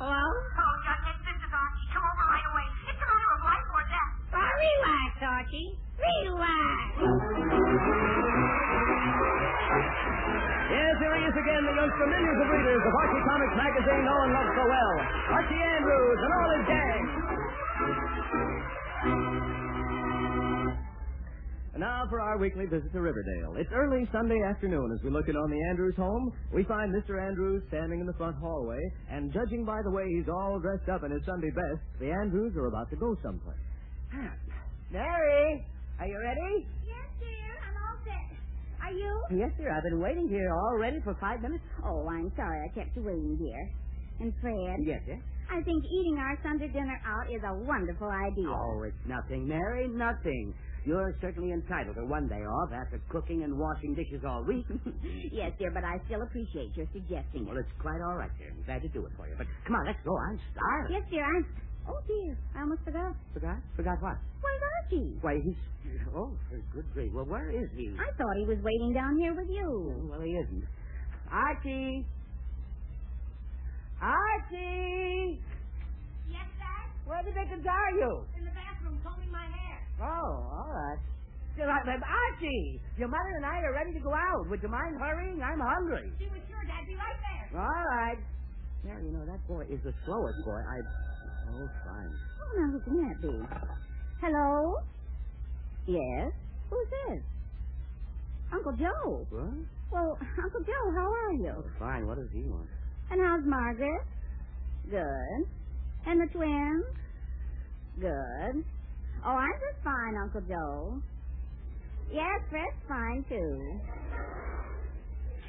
Hello? Hello, Judge. Oh, This is Archie. Come over right away. It's a matter of life or death. Well, relax, Archie. Relax. Yes, here he is again, the youngster millions of readers of Archie Comics magazine know and love so well. Archie Andrews and all his gang. And now for our weekly visit to Riverdale. It's early Sunday afternoon. As we look in on the Andrews home, we find Mr. Andrews standing in the front hallway, and judging by the way he's all dressed up in his Sunday best, the Andrews are about to go someplace. Mary, are you ready? Yes, dear. I'm all set. Are you? Yes, sir. I've been waiting here already for five minutes. Oh, I'm sorry I kept you waiting, dear. And Fred, Yes, sir. I think eating our Sunday dinner out is a wonderful idea. Oh, it's nothing, Mary. Nothing. You're certainly entitled to one day off after cooking and washing dishes all week. yes, dear, but I still appreciate your suggesting well, it. it's quite all right, sir. I'm glad to do it for you. But come on, let's go. I'm starving. Yes, dear, I'm. Oh, dear, I almost forgot. Forgot? Forgot what? Where's Archie? Why, he's. Oh, good grief. Well, where is he? I thought he was waiting down here with you. Well, he isn't. Archie! Archie! Yes, Dad. Where the dickens are you? In the bathroom, combing my hair. Oh, all right. Still, I, but Archie, your mother and I are ready to go out. Would you mind hurrying? I'm hungry. She was sure Dad be right there. All right. Mary, you know, that boy is the slowest boy I've... Oh, fine. Oh, now, who can that be? Hello? Yes? Who's this? Uncle Joe. What? Well, Uncle Joe, how are you? Oh, fine. What does he want? And how's Margaret? Good. And the twins? Good. Oh, I'm just fine, Uncle Joe. Yes, Fred's fine too.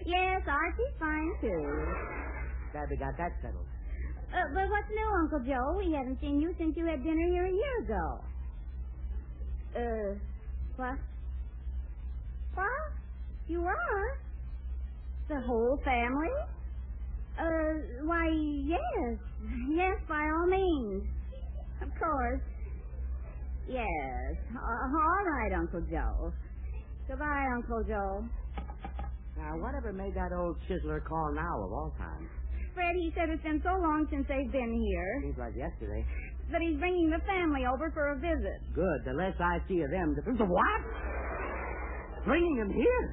Yes, Archie's fine too. Glad we got that settled. Uh, but what's new, Uncle Joe? We haven't seen you since you had dinner here a year ago. Uh, what? What? You are? The whole family? Uh, why, yes. Yes, by all means. Of course. Yes. Uh, all right, Uncle Joe. Goodbye, Uncle Joe. Now, whatever made that old chiseler call now of all time? Fred, he said it's been so long since they've been here Seems like yesterday. that he's bringing the family over for a visit. Good. The less I see of them, the... The what? Bringing him here?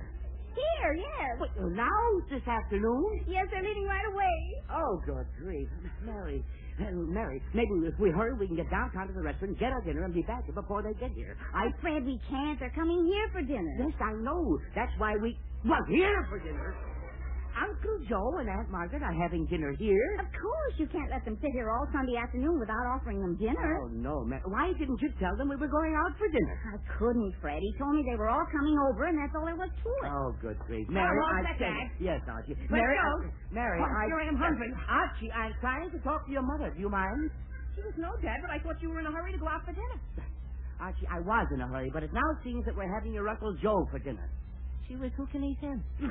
Here, yes. Wait, now? This afternoon? Yes, they're leaving right away. Oh, good grief. Mary, uh, Mary, maybe if we hurry, we can get downtown to the restaurant, get our dinner, and be back here before they get here. I... Fred, we can't. They're coming here for dinner. Yes, I know. That's why we... Well, here for dinner. Uncle Joe and Aunt Margaret are having dinner here. Of course, you can't let them sit here all Sunday afternoon without offering them dinner. Oh, no, Mary. Why didn't you tell them we were going out for dinner? I couldn't, Fred. He told me they were all coming over, and that's all there was to it. Oh, good grief. Now, Mary, hold I... that said back. it. Yes, Archie. Let Mary, go. I... Mary, I... Oh, uh, here I am hungry. Archie, I'm trying to talk to your mother. Do you mind? She was no dad, but I thought you were in a hurry to go out for dinner. Archie, I was in a hurry, but it now seems that we're having your Uncle Joe for dinner. She was who can eat him?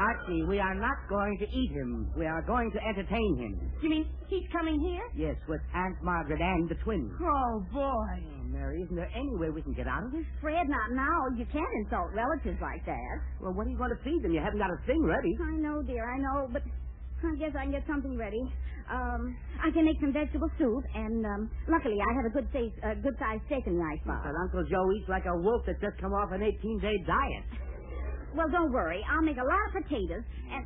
Archie, we are not going to eat him. We are going to entertain him. Oh. You mean he's coming here? Yes, with Aunt Margaret and the twins. Oh, boy. Oh, Mary, isn't there any way we can get out of this? Fred, not now. You can't insult relatives like that. Well, what are you going to feed them? You haven't got a thing ready. I know, dear, I know, but I guess I can get something ready. Um, I can make some vegetable soup, and um, luckily I have a good size, uh, good sized steak in the icebox. But Uncle Joe eats like a wolf that's just come off an 18-day diet. Well, don't worry. I'll make a lot of potatoes, and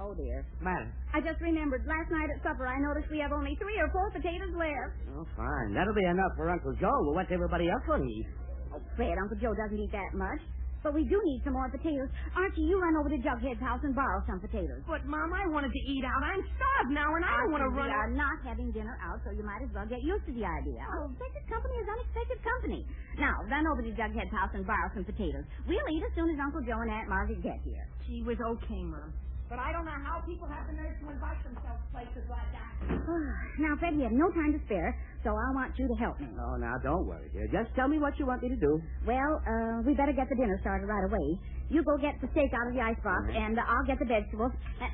oh dear, Matter. I just remembered last night at supper I noticed we have only three or four potatoes left. Oh, fine. That'll be enough for Uncle Joe. Well, what's everybody else going to eat? Oh, Fred, Uncle Joe doesn't eat that much. But we do need some more potatoes. Archie, you run over to Jughead's house and borrow some potatoes. But, Mom, I wanted to eat out. I'm starved now, and I don't want to Archie, run. We are not having dinner out, so you might as well get used to the idea. Oh. Unexpected company is unexpected company. Now, run over to Jughead's house and borrow some potatoes. We'll eat as soon as Uncle Joe and Aunt Margaret get here. She was okay, Mom. But I don't know how people have the nerve to invite themselves places like that. now, Fred, we have no time to spare, so I want you to help me. Oh, now, don't worry, dear. Just tell me what you want me to do. Well, uh, we better get the dinner started right away. You go get the steak out of the icebox, Mhm. and I'll get the vegetables. And...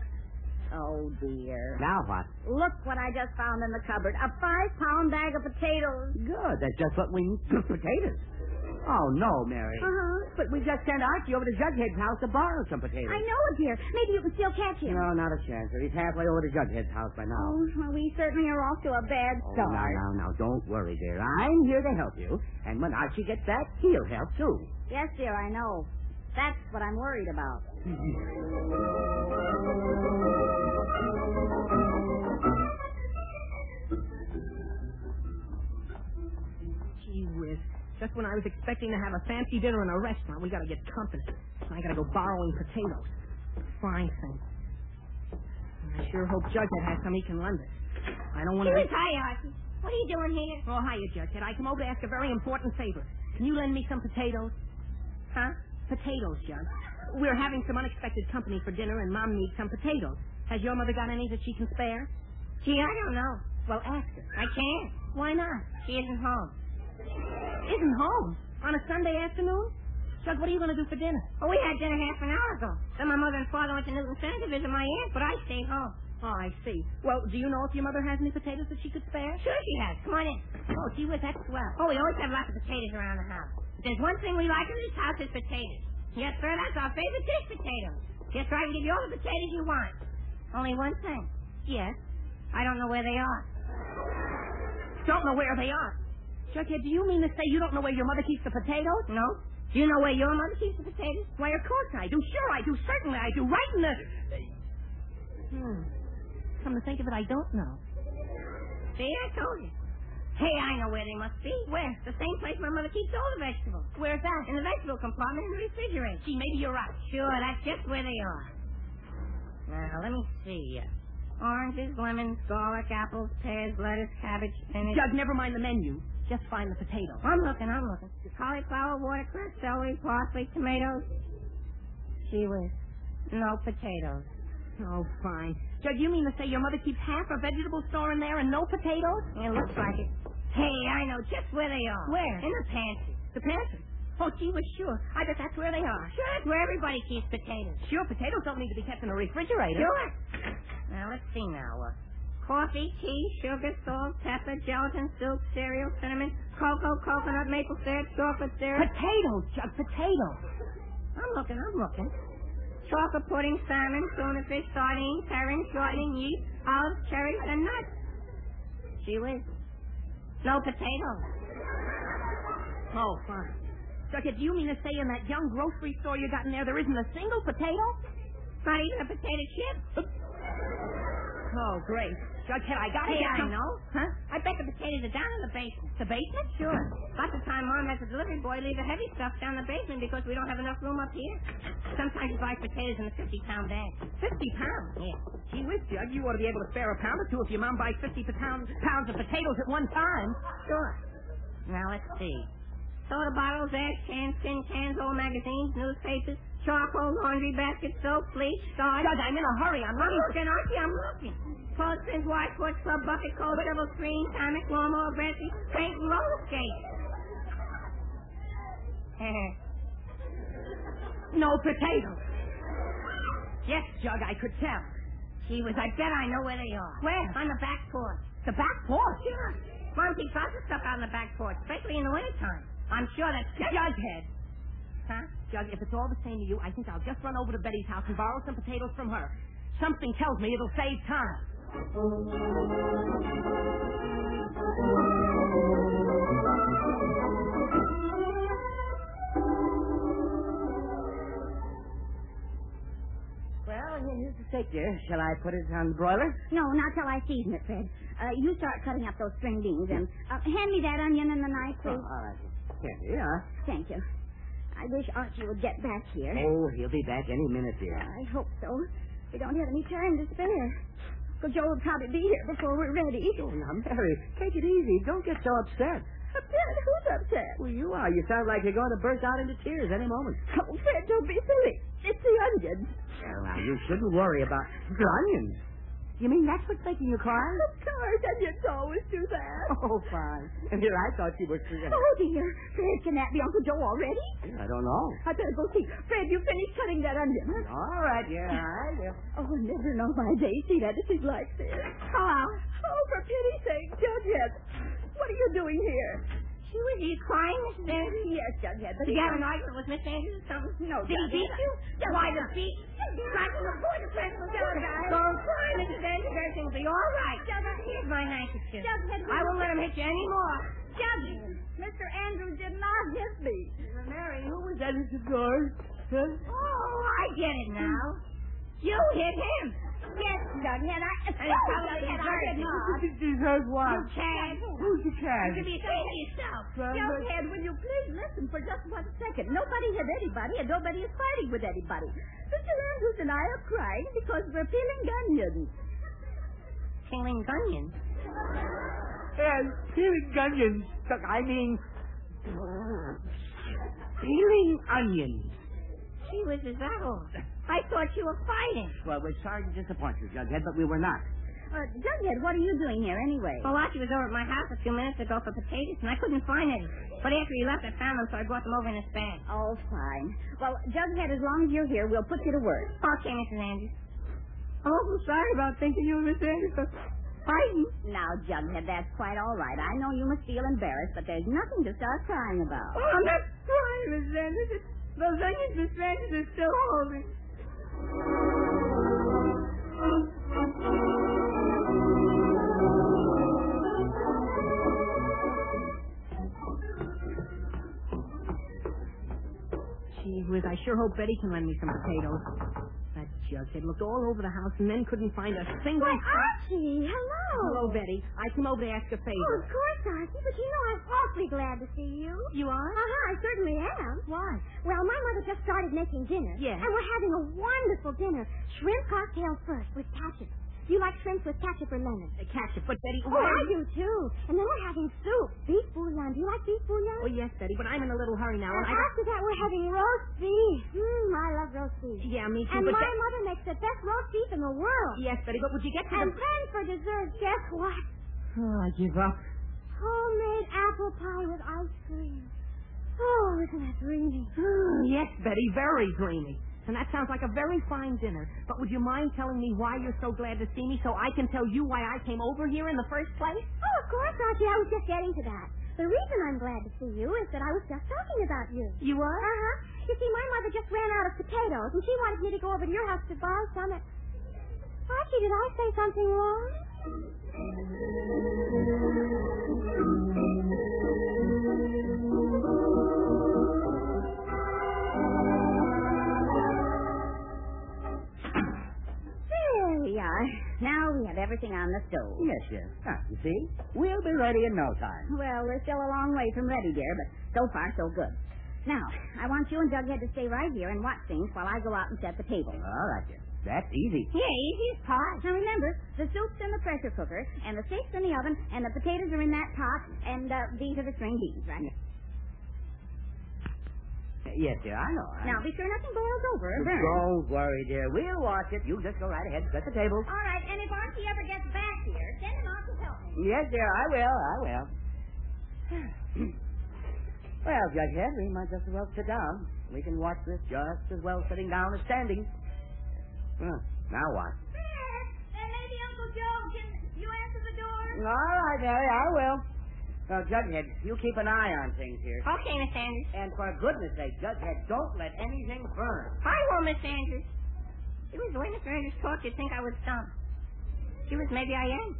Oh, dear. Now what? Look what I just found in the cupboard. A five-pound bag of potatoes. Good. That's just what we need. Cooked potatoes. Oh, no, Mary. Uh-huh. But we just sent Archie over to Jughead's house to borrow some potatoes. I know it, dear. Maybe you can still catch him. No, not a chance. He's halfway over to Jughead's house by now. Oh, well, we certainly are off to a bad Oh, now, start. now, now, don't worry, dear. I'm here to help you. And when Archie gets back, he'll help, too. Yes, dear, I know. That's what I'm worried about. Gee whiz. Just when I was expecting to have a fancy dinner in a restaurant, we gotta get company. I gotta go borrowing potatoes. Fine thing. I sure hope Jughead has some he can lend us. I don't want to. Be... hi, Archie. What are you doing here? Oh, hiya, Jughead. I come over to ask a very important favor. Can you lend me some potatoes? Huh? Potatoes, Jug. We're having some unexpected company for dinner, and Mom needs some potatoes. Has your mother got any that she can spare? Gee, I don't know. Well, ask her. I can't. Why not? She isn't home. Isn't home? On a Sunday afternoon? Jug, what are you going to do for Oh, dinner? Well, we had dinner half an hour ago. Then my mother and father went to Newton Center to visit my aunt, but I stayed home. Oh, I see. Well, do you know if your mother has any potatoes that she could spare? Sure she has. Come on in. Oh, gee whiz, that's swell. Oh, we always have lots of potatoes around the house. If there's one thing we like in this house, it's potatoes. Yes, sir, that's our favorite dish, potatoes. Yes, sir, I can give you all the potatoes you want. Only one thing. Yes. I don't know where they are. Don't know where they are. Jughead, do you mean to say you don't know where your mother keeps the potatoes? No? Do you know where your mother keeps the potatoes? Why, of course I do. Sure I do. Certainly I do. Right in the. Hmm. Come to think of it, I don't know. See, I told you. Hey, I know where they must be. Where? The same place my mother keeps all the vegetables. Where's that? In the vegetable compartment in the refrigerator. Gee, maybe you're right. Sure, that's just where they are. Now, let me see. Oranges, lemons, garlic, apples, pears, lettuce, cabbage, spinach. Jug, never mind the menu. Just find the potatoes. I'm looking, I'm looking. Cauliflower, watercress, celery, parsley, tomatoes. Gee whiz. No potatoes. Oh, fine. Jug, you mean to say your mother keeps half a vegetable store in there and no potatoes? It looks like it. Hey, I know just where they are. Where? In the pantry. The pantry. Oh, gee, was sure. I bet that's where they are. Sure, that's where everybody keeps potatoes. Sure, potatoes don't need to be kept in a refrigerator. Sure. Now, let's see now. Uh, coffee, tea, sugar, salt, pepper, gelatin, soup, cereal, cinnamon, cocoa, coconut, maple syrup, chocolate syrup. Potatoes, Jug, potatoes. I'm looking, I'm looking. Chocolate pudding, salmon, tuna fish, sardines, herring, shortening, yeast, olives, cherries, and nuts. Gee whiz. No potatoes. Oh, fine. Jughead, do you mean to say in that young grocery store you got in there there isn't a single potato? Not even a potato chip. Oh, great. Jughead, I gotta Hey, get I some- know. Huh? I bet the potatoes are down in the basement. The basement? Sure. Lots of time Mom has a delivery boy leave the heavy stuff down the basement because we don't have enough room up here. Sometimes you buy potatoes in a 50-pound bag. 50 pounds? Yeah. Gee whiz, Jug, you ought to be able to spare a pound or two if your mom buys 50 pound, pounds of potatoes at one time. Sure. Now let's see. Soda bottles, ash cans, tin cans, old magazines, newspapers, charcoal, laundry baskets, soap, bleach, starch. Jug, I'm in a hurry. I'm I'm running. looking, Archie, I'm looking. Clothespins, washboards, club bucket, cold shovel, screen, hammock, lawnmower, branches, paint, and roller skate. No potatoes. Yes, Jug, I could tell. Gee whiz, I bet I know where they are. Where? On the back porch. The back porch. Sure. Mom keeps lots of stuff out on the back porch, especially in the wintertime. I'm sure that's just... Jughead. Huh? Jug, if it's all the same to you, I think I'll just run over to Betty's house and borrow some potatoes from her. Something tells me it'll save time. Well, here's the steak, dear. Shall I put it on the broiler? No, not till I season it, Fred. Uh, you start cutting up those string beans, and uh, hand me that onion and the knife, Oh, all please. right. Here, yeah. Thank you. I wish Archie would get back here. Oh, he'll be back any minute, dear. I hope so. We don't have any time to spare. Uncle Joe will probably be here before we're ready. Oh, now, Mary, take it easy. Don't get so upset. Upset? Who's upset? Well, you are. You sound like you're going to burst out into tears any moment. Oh, Fred, don't be silly. It's the onions. Well, uh, now, you shouldn't worry about the onions. You mean that's what's making you cry? Of course, and you always do that. Oh, fine. Here, I thought you were correct. Oh, dear. Fred, can that be Uncle Joe already? I don't know. I better go see. Fred, you finished cutting that onion. huh? All right, yeah, I will. Oh, I never know my Daisy that it is like this. Hello. Oh, for pity's sake, Jughead. What are you doing here? She was you crying, Miss Eh? Benson? Yes, Jughead, but Did you have an argument with Miss Andrews or something? No, Did he Jughead. beat you? Jughead. Why, the beat? Right to the point of principal Jughead. Don't cry, Mrs. Andrews. Everything will be all right. Jughead. Here's my handkerchief. Jughead, I won't let him hit you anymore. Jughead. Mr. Andrews did not hit me. Mary, who was that at the door? Huh? Oh, I get it now. You hit him. Yes, Jughead, I... And it's probably Jughead, I very did good. not. This is her You one. can. Who's the You cat? should be ashamed of yourself. Jughead, will you please listen for just one second? Nobody hit anybody, and nobody is fighting with anybody. Mr. Andrews and I are crying because we're peeling onions. Tingling onions. And peeling onions. Look, I mean, peeling onions. She was a devil. I thought you were fighting. Well, we're sorry to disappoint you, Jughead, but we were not. Uh, Jughead, what are you doing here anyway? Oh. Well, Archie was over at my house a few minutes ago for potatoes, and I couldn't find any. But after he left, I found them, so I brought them over in his bag. Oh, fine. Well, Jughead, as long as you're here, we'll put you to work. Okay, Mrs. Andrews. I'm awful sorry about thinking you were Miss Andrews. Oh, Fighting. Now, Jughead, that's quite all right. I know you must feel embarrassed, but there's nothing to start crying about. Oh, I'm not crying, Miss Andrews. Those onions Miss Andrews are still holding. Gee whiz, I sure hope Betty can lend me some potatoes. That jughead looked all over the house and then couldn't find a single. Why, Archie, hello. Hello, Betty. I came over to ask a Oh, favor. of course, Archie, but you know I'm awfully glad to see you. You are? Uh-huh, I certainly am. Why? Well, my mother just started making dinner. Yes. And we're having a wonderful dinner. Shrimp cocktail first with ketchup. You like shrimps with ketchup or lemon? Uh, catch it. But Betty, Oh, why- I do too. And then we're having soup. Beef bouillon. Do you like beef bouillon? Oh, yes, Betty, but I'm in a little hurry now. And And I after that, we're having roast beef. Mmm, I love roast beef. Yeah, me too. and but my Be- mother makes the best roast beef in the world. Yes, Betty, but would you get to And the... then for dessert, guess what? Oh, I give up. Homemade apple pie with ice cream. Oh, isn't that dreamy? yes, Betty, very dreamy. And that sounds like a very fine dinner. But would you mind telling me why you're so glad to see me so I can tell you why I came over here in the first place? Oh, of course, Archie. I was just getting to that. The reason I'm glad to see you is that I was just talking about you. You Uh are? huh. You see, my mother just ran out of potatoes, and she wanted me to go over to your house to buy some. At... Archie, did I say something wrong? There we are. Now we have everything on the stove. Yes, yes. Ah, you see? We'll be ready in no time. Well, we're still a long way from ready, dear, but so far so good. Now, I want you and Jughead to stay right here and watch things while I go out and set the table. All right, then. That's easy. Yeah, easiest part. Now remember, the soup's in the pressure cooker, and the steak's in the oven, and the potatoes are in that pot, and uh, these are the string beans, right? Uh, Yes, dear, I know. I Now be sure nothing boils over or burns. Don't worry, dear. We'll watch it. You just go right ahead and set the table. Oh. All right, and if Archie ever gets back here, send him off to help me. Yes, dear, I will. I will. well, Jughead, we might just as well sit down. We can watch this just as well sitting down as standing. Huh, now what? Fred, and maybe Uncle Joe can you answer the door? All right, Mary, I will. Now, Jughead, you keep an eye on things here. Okay, Miss Andrews. And for goodness sake, Jughead, don't let anything burn. I will, Miss Andrews. It was the way Miss Andrews talked, you'd think I was dumb. She was, maybe I am.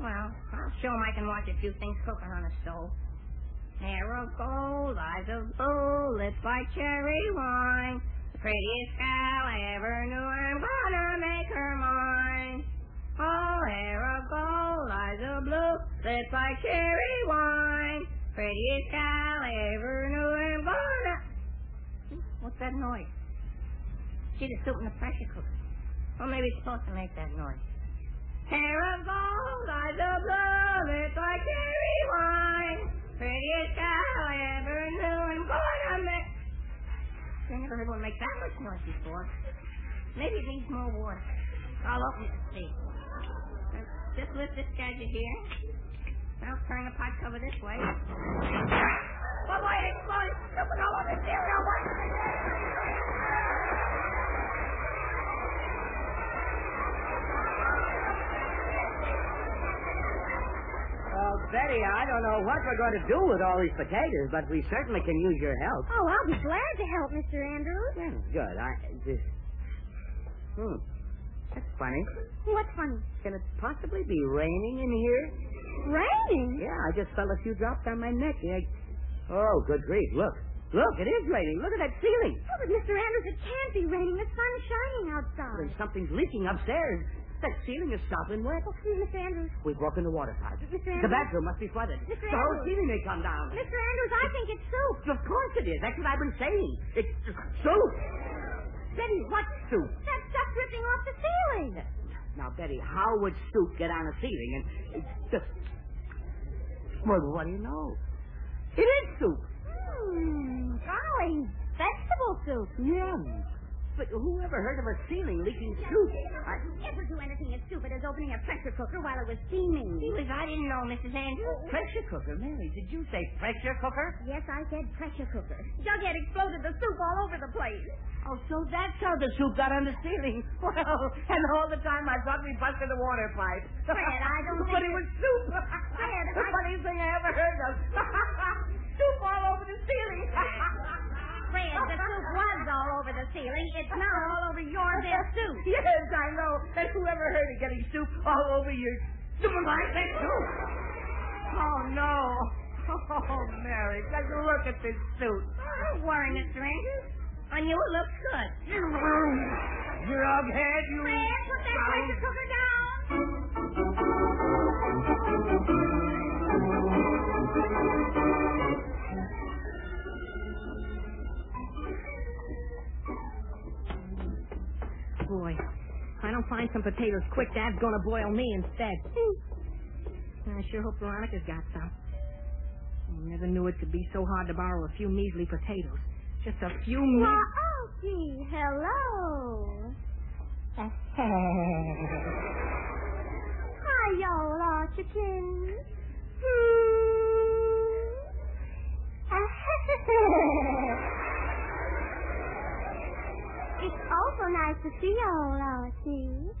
Well, I'll show 'em I can watch a few things cooking on a stove. Hair of gold, eyes of blue, lips like cherry wine. The prettiest gal I ever knew, I'm gonna make her mine. Oh, hair of gold, eyes of blue, lips like cherry wine. Prettiest gal I ever knew, I'm gonna... What's that noise? She just opened the pressure cooker. Well, maybe it's supposed to make that noise. Hair of gold, eyes of blue, lips like cherry wine. Prettiest gal I ever knew, I'm gonna make... I never heard one make that much noise before. Maybe it needs more water. I'll open it and see. Uh, Just lift this gadget here. Now turn the pot cover this way. Oh boy, it exploded! Stupid all over the cereal! What is Well, Betty, I don't know what we're going to do with all these potatoes, but we certainly can use your help. Oh, I'll be glad to help, Mr. Andrews. Well, good. I. This, hmm. That's funny. What's funny? Can it possibly be raining in here? Raining? Yeah, I just felt a few drops on my neck. Yeah. Oh, good grief. Look. Look, it is raining. Look at that ceiling. Oh, but Mr. Andrews, it can't be raining. The sun's shining outside. There's something's leaking upstairs. That ceiling is sopping wet. Oh, please, Mr. Andrews. We've broken the water pipe. Mr. The Andrews. bathroom must be flooded. Mr. The whole Andrews. ceiling may come down. Mr. Andrews, I think it's soup. Of course it is. That's what I've been saying. It's just soup. Betty, what soup? That stuff dripping off the ceiling. Now, Betty, how would soup get on a ceiling? And it's just. Well, what do you know? It is soup. Mmm, golly. Vegetable soup. Yum. But who ever heard of a ceiling leaking soup? I, Ever do anything as stupid as opening a pressure cooker while it was steaming? it? I didn't know, Mrs. Andrews. pressure cooker, Mary. Did you say pressure cooker? Yes, I said pressure cooker. Jughead exploded the soup all over the place. Oh, so that's how the soup got on the ceiling. Well, and all the time I thought we busted the water pipe. Fred, I don't But it think it- was soup. Fred, the I- funniest thing I ever heard of. soup all over the ceiling. Fred, the Oh, soup was all over the ceiling. It's now all over your bed soup. yes, I know. And whoever heard of getting soup all over your super life? That's soup. Oh, no. Oh, Mary, just look at this soup. Don't worry, Mr. Andrews. On you, it looks good. Drughead, you... Fred, put that pressure cooker down. Boy, if I don't find some potatoes quick, Dad's gonna boil me instead. Hmm. I sure hope Veronica's got some. I never knew it could be so hard to borrow a few measly potatoes. Just a few Well, measly... oh, gee, hello. Hi, y'all, are chickens. it's also nice to see y'all, Archie.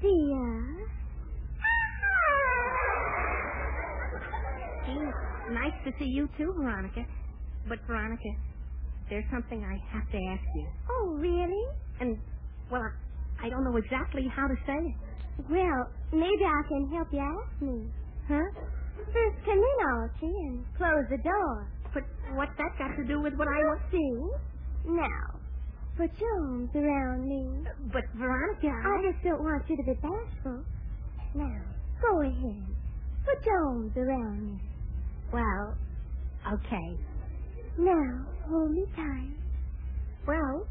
Dear. Gee, nice to see you too, Veronica. But, Veronica, there's something I have to ask you. Oh, really? And, well, I don't know exactly how to say it. Well, maybe I can help you ask me. Huh? Just come in, Archie, and close the door. But what's that got to do with what I You'll want? see. Now, put your arms around me. But, Veronica, I just don't want you to be bashful. Now, go ahead. Put your arms around me. Well, okay. Now, hold me tight. Well,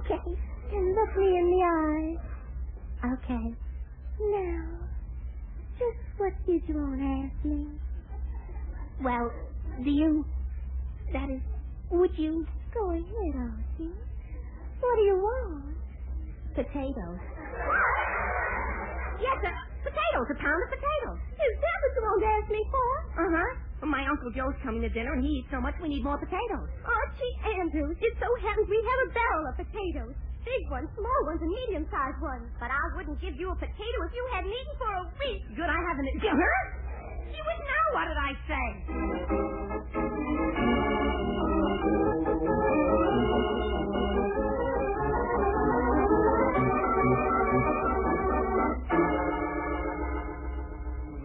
okay. And look me in the eyes. Okay. Now, just what did you want to ask me? Well, do you... That is, would you... Go ahead, Archie. What do you want? Potatoes. Yes, uh, potatoes, a pound of potatoes. Is that what you want to ask me for? Uh-huh. Well, my Uncle Joe's coming to dinner, and he eats so much, we need more potatoes. Archie Andrews, it so happens we have a barrel of potatoes. Big ones, small ones, and medium-sized ones. But I wouldn't give you a potato if you hadn't eaten for a week. Good, I haven't... Huh? She was now, what did I say?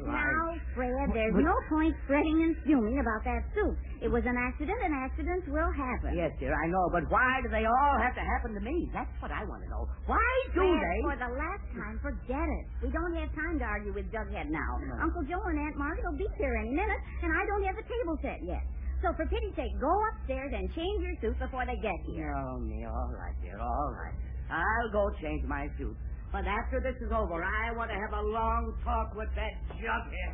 Now, Fred, there's no point fretting and fuming about that soup. It was an accident, and accidents will happen. Yes, dear, I know, but why do they all have to happen to me? That's what I want to know. Why do Fred, they? for the last time, forget it. We don't have time to argue with Jughead now. Uncle Joe and Aunt Margaret will be here any minute, and I don't have the table set yet. So for pity's sake, go upstairs and change your suit before they get here. No, me, all right, dear, all right. I'll go change my suit. But after this is over, I want to have a long talk with that jughead.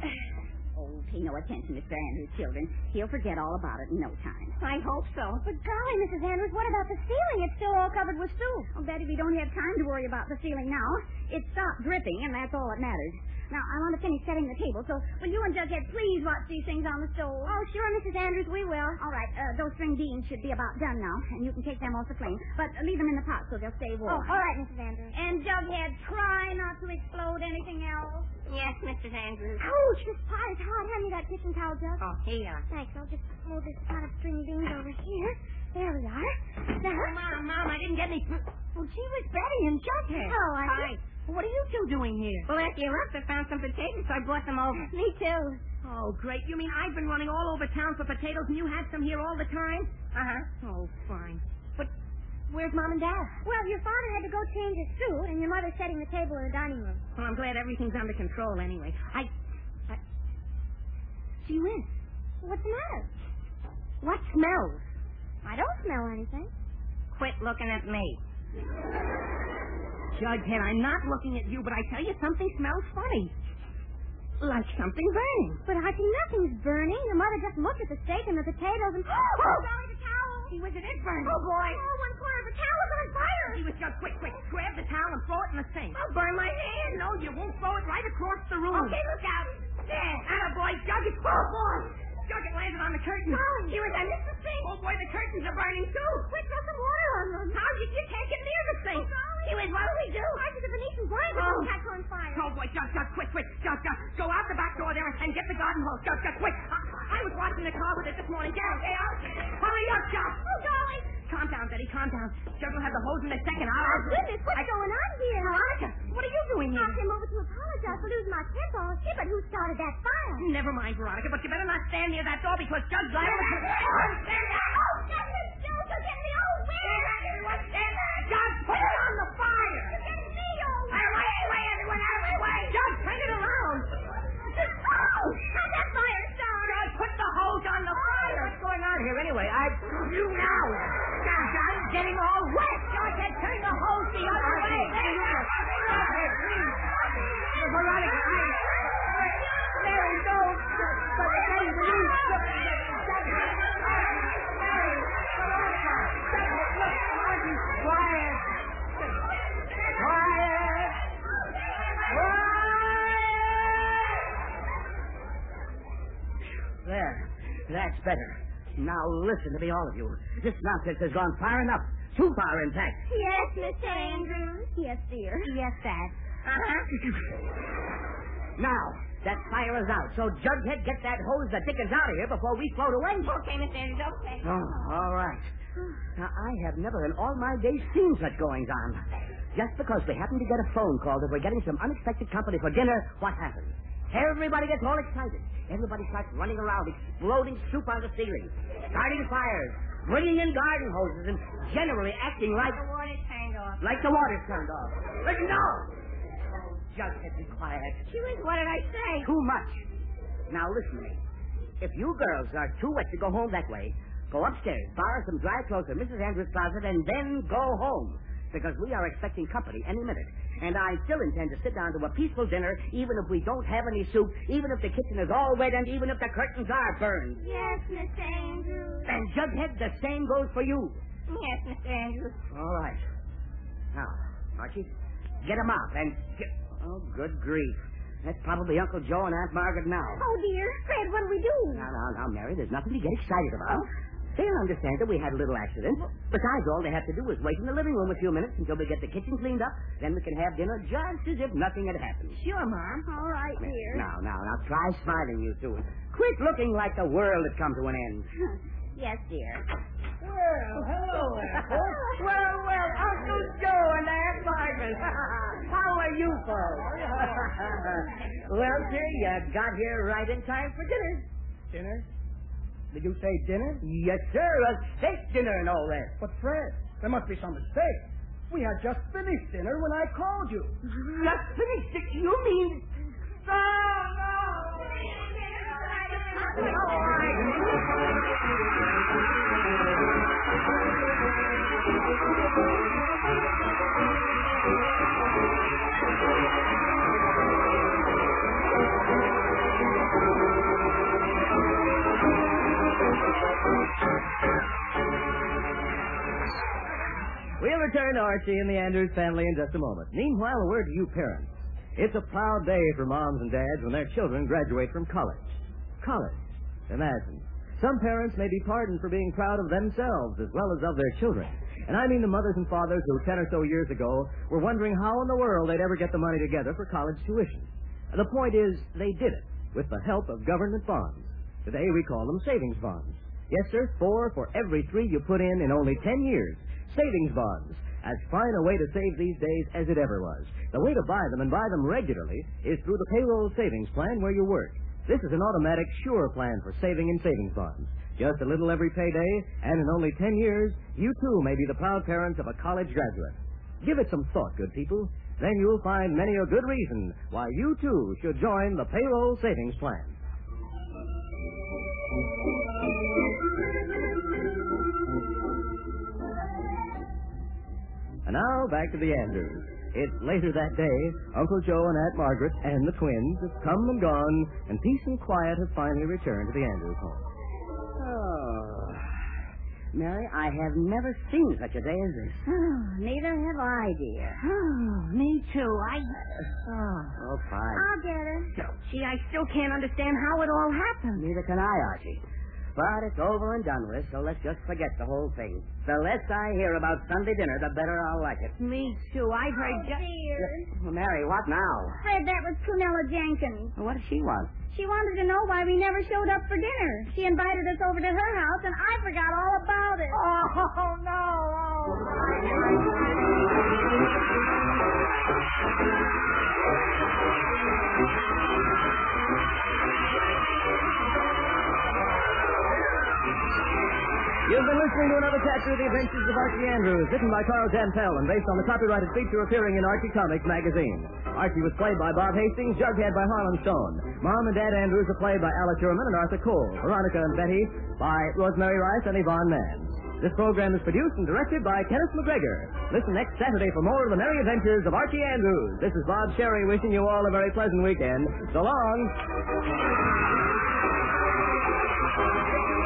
Oh, pay no attention to Mr. Andrews' children. He'll forget all about it in no time. I hope so. But golly, Mrs. Andrews, what about the ceiling? It's still all covered with soup. Oh, Betty, we don't have time to worry about the ceiling now. It stopped dripping, and that's all that matters. Now, I want to finish setting the table, so will you and Jughead please watch these things on the stove? Oh, sure, Mrs. Andrews, we will. All right, uh, those string beans should be about done now, and you can take them off the flame. But uh, leave them in the pot so they'll stay warm. all right, Mrs. Andrews. And Jughead, try not to explode anything else. Yes, Mrs. Andrews. Ouch, this pot is hot. Hand me that kitchen towel, Jug. Oh, here you are. Thanks. I'll just move this pot of string beans over here. There we are. Oh, Now, Mom, Mom, I didn't get any food. Well, she was Betty and Jughead. Oh, I Hi. What are you two doing here? Well, after you left, I found some potatoes, so I brought them over. me too. Oh, great. You mean I've been running all over town for potatoes and you had some here all the time? Uh-huh. Oh, fine. But where's Mom and Dad? Well, your father had to go change his suit, and your mother's setting the table in the dining room. Well, I'm glad everything's under control anyway. I. I she went. What's the matter? What smells? I don't smell anything. Quit looking at me. Jughead, I'm not looking at you, but I tell you, something smells funny. Like something burning. But Archie, nothing's burning. Your mother just looked at the steak and the potatoes and. Oh, golly, the towel! He was an burning. Oh, boy. Oh, one corner of the towel is on fire! He was just quick, quick. Grab the towel and throw it in the sink. I'll burn my hand. No, you won't throw it right across the room. Okay, look out. There. Atta boy, Jughead. Oh, boy. Jughead landed on the curtain. Oh, you was I missed the sink. Oh, boy, the curtains are burning, too. Quick, throw some water on them. How did you take it near the sink? She was, what do we do? Archie, the Venetian blinds Oh. oh. catch on fire. Oh, boy, Jug, Jug, quick, quick, Jug, Jug. Go out the back door there and get the garden hose. Jug, Jug, quick. I, I was washing the car with it this morning. Dad, yeah. Hurry up, Jug. Oh, golly. Calm down, Betty, calm down. Jug will have the hose in a second. I'll... Oh, goodness, what's I- going on here? Veronica, what are you doing I here? came over to apologize for losing my temper on Skipper, who started that fire. Never mind, Veronica, but you better not stand near that door because Jug's liable to... Oh, goodness, Joe, you get me all wet. Jug, put it on the fire. You get me all Out of the way, away, everyone, out of the way. Jug, turn it around. Oh, how'd that fire start? Jug, put the hose on the fire. What's going on here anyway? I. You now! Jug, I'm getting all wet! Jug, and turn the hose the other way! Veronica, I. Mary, no. But Mary, please. Look. Mary, Veronica. Look, Archie, Quiet. Quiet. There. That's better. Now listen to me, all of you. This nonsense has gone far enough. Too far, in fact. Yes, Mr. Andrews. Yes, dear. Yes, Uh-huh. Dad. Now, that fire is out, so Jughead, get that hose the dickens out of here before we float away. Okay, Mr. Andrews, okay. Oh, all right. Now, I have never in all my days seen such goings on. Just because we happen to get a phone call that we're getting some unexpected company for dinner, what happens? Everybody gets all excited. Everybody starts running around, exploding soup on the ceiling, starting fires, bringing in garden hoses, and generally acting like The water turned off. like the water's turned off. But no! Oh, Jughead, be quiet. She was, what did I say? Too much. Now listen to me. If you girls are too wet to go home that way, go upstairs, borrow some dry clothes from Mrs. Andrews' closet, and then go home. Because we are expecting company any minute. And I still intend to sit down to a peaceful dinner, even if we don't have any soup, even if the kitchen is all wet, and even if the curtains are burned. Yes, Mr. Andrews. And Jughead, the same goes for you. Yes, Mr. Andrews. All right. Now, Archie, get 'em up and get... Oh, good grief. That's probably Uncle Joe and Aunt Margaret now. Oh, dear. Fred, what do we do? Oh. Now, now, now, Mary, there's nothing to get excited about. They'll understand that we had a little accident. Besides, all they have to do is wait in the living room a few minutes until we get the kitchen cleaned up. Then we can have dinner just as if nothing had happened. Sure, Mom. All right, dear. Now, now, now, try smiling, you two. Quit looking like the world has come to an end. Yes, dear. Well, hello, Well, well, Oh, Uncle Joe and Aunt Margaret. How are you folks? well, sir, you got here right in time for dinner. Dinner? Did you say dinner? Yes, sir, a steak dinner and all that. But Fred, there must be some mistake. We had just finished dinner when I called you. Just finished it. You mean? Oh, no. Archie and the Andrews family in just a moment. Meanwhile, a word to you parents. It's a proud day for moms and dads when their children graduate from college. College. Imagine. Some parents may be pardoned for being proud of themselves as well as of their children. And I mean the mothers and fathers who, ten or so years ago, were wondering how in the world they'd ever get the money together for college tuition. The point is, they did it with the help of government bonds. Today we call them savings bonds. Yes, sir, four for every three you put in in only ten years. Savings bonds. As fine a way to save these days as it ever was. The way to buy them and buy them regularly is through the payroll savings plan where you work. This is an automatic, sure plan for saving in savings bonds. Just a little every payday, and in only 10 years, you too may be the proud parents of a college graduate. Give it some thought, good people. Then you'll find many a good reason why you too should join the payroll savings plan. And now back to the Andrews. It's later that day. Uncle Joe and Aunt Margaret and the twins have come and gone, and peace and quiet have finally returned to the Andrews home. Oh. Mary, I have never seen such a day as this. Oh, Neither have I, dear. Oh, me too. I. Oh. Oh, fine. I'll get her. Gee, I still can't understand how it all happened. Neither can I, Archie. But it's over and done with, so let's just forget the whole thing. The less I hear about Sunday dinner, the better I'll like it. Me too. I've heard Oh, just. dear. Mary, what now? Fred, that was Prunella Jenkins. What does she want? She wanted to know why we never showed up for dinner. She invited us over to her house, and I forgot all about it. Oh, no. You've been listening to another chapter of The Adventures of Archie Andrews, written by Carl Jantel and based on the copyrighted feature appearing in Archie Comics magazine. Archie was played by Bob Hastings, Jughead by Harlan Stone. Mom and Dad Andrews were played by Alice Sherman and Arthur Cole, Veronica and Betty by Rosemary Rice and Yvonne Mann. This program is produced and directed by Kenneth McGregor. Listen next Saturday for more of the merry adventures of Archie Andrews. This is Bob Sherry wishing you all a very pleasant weekend. So long.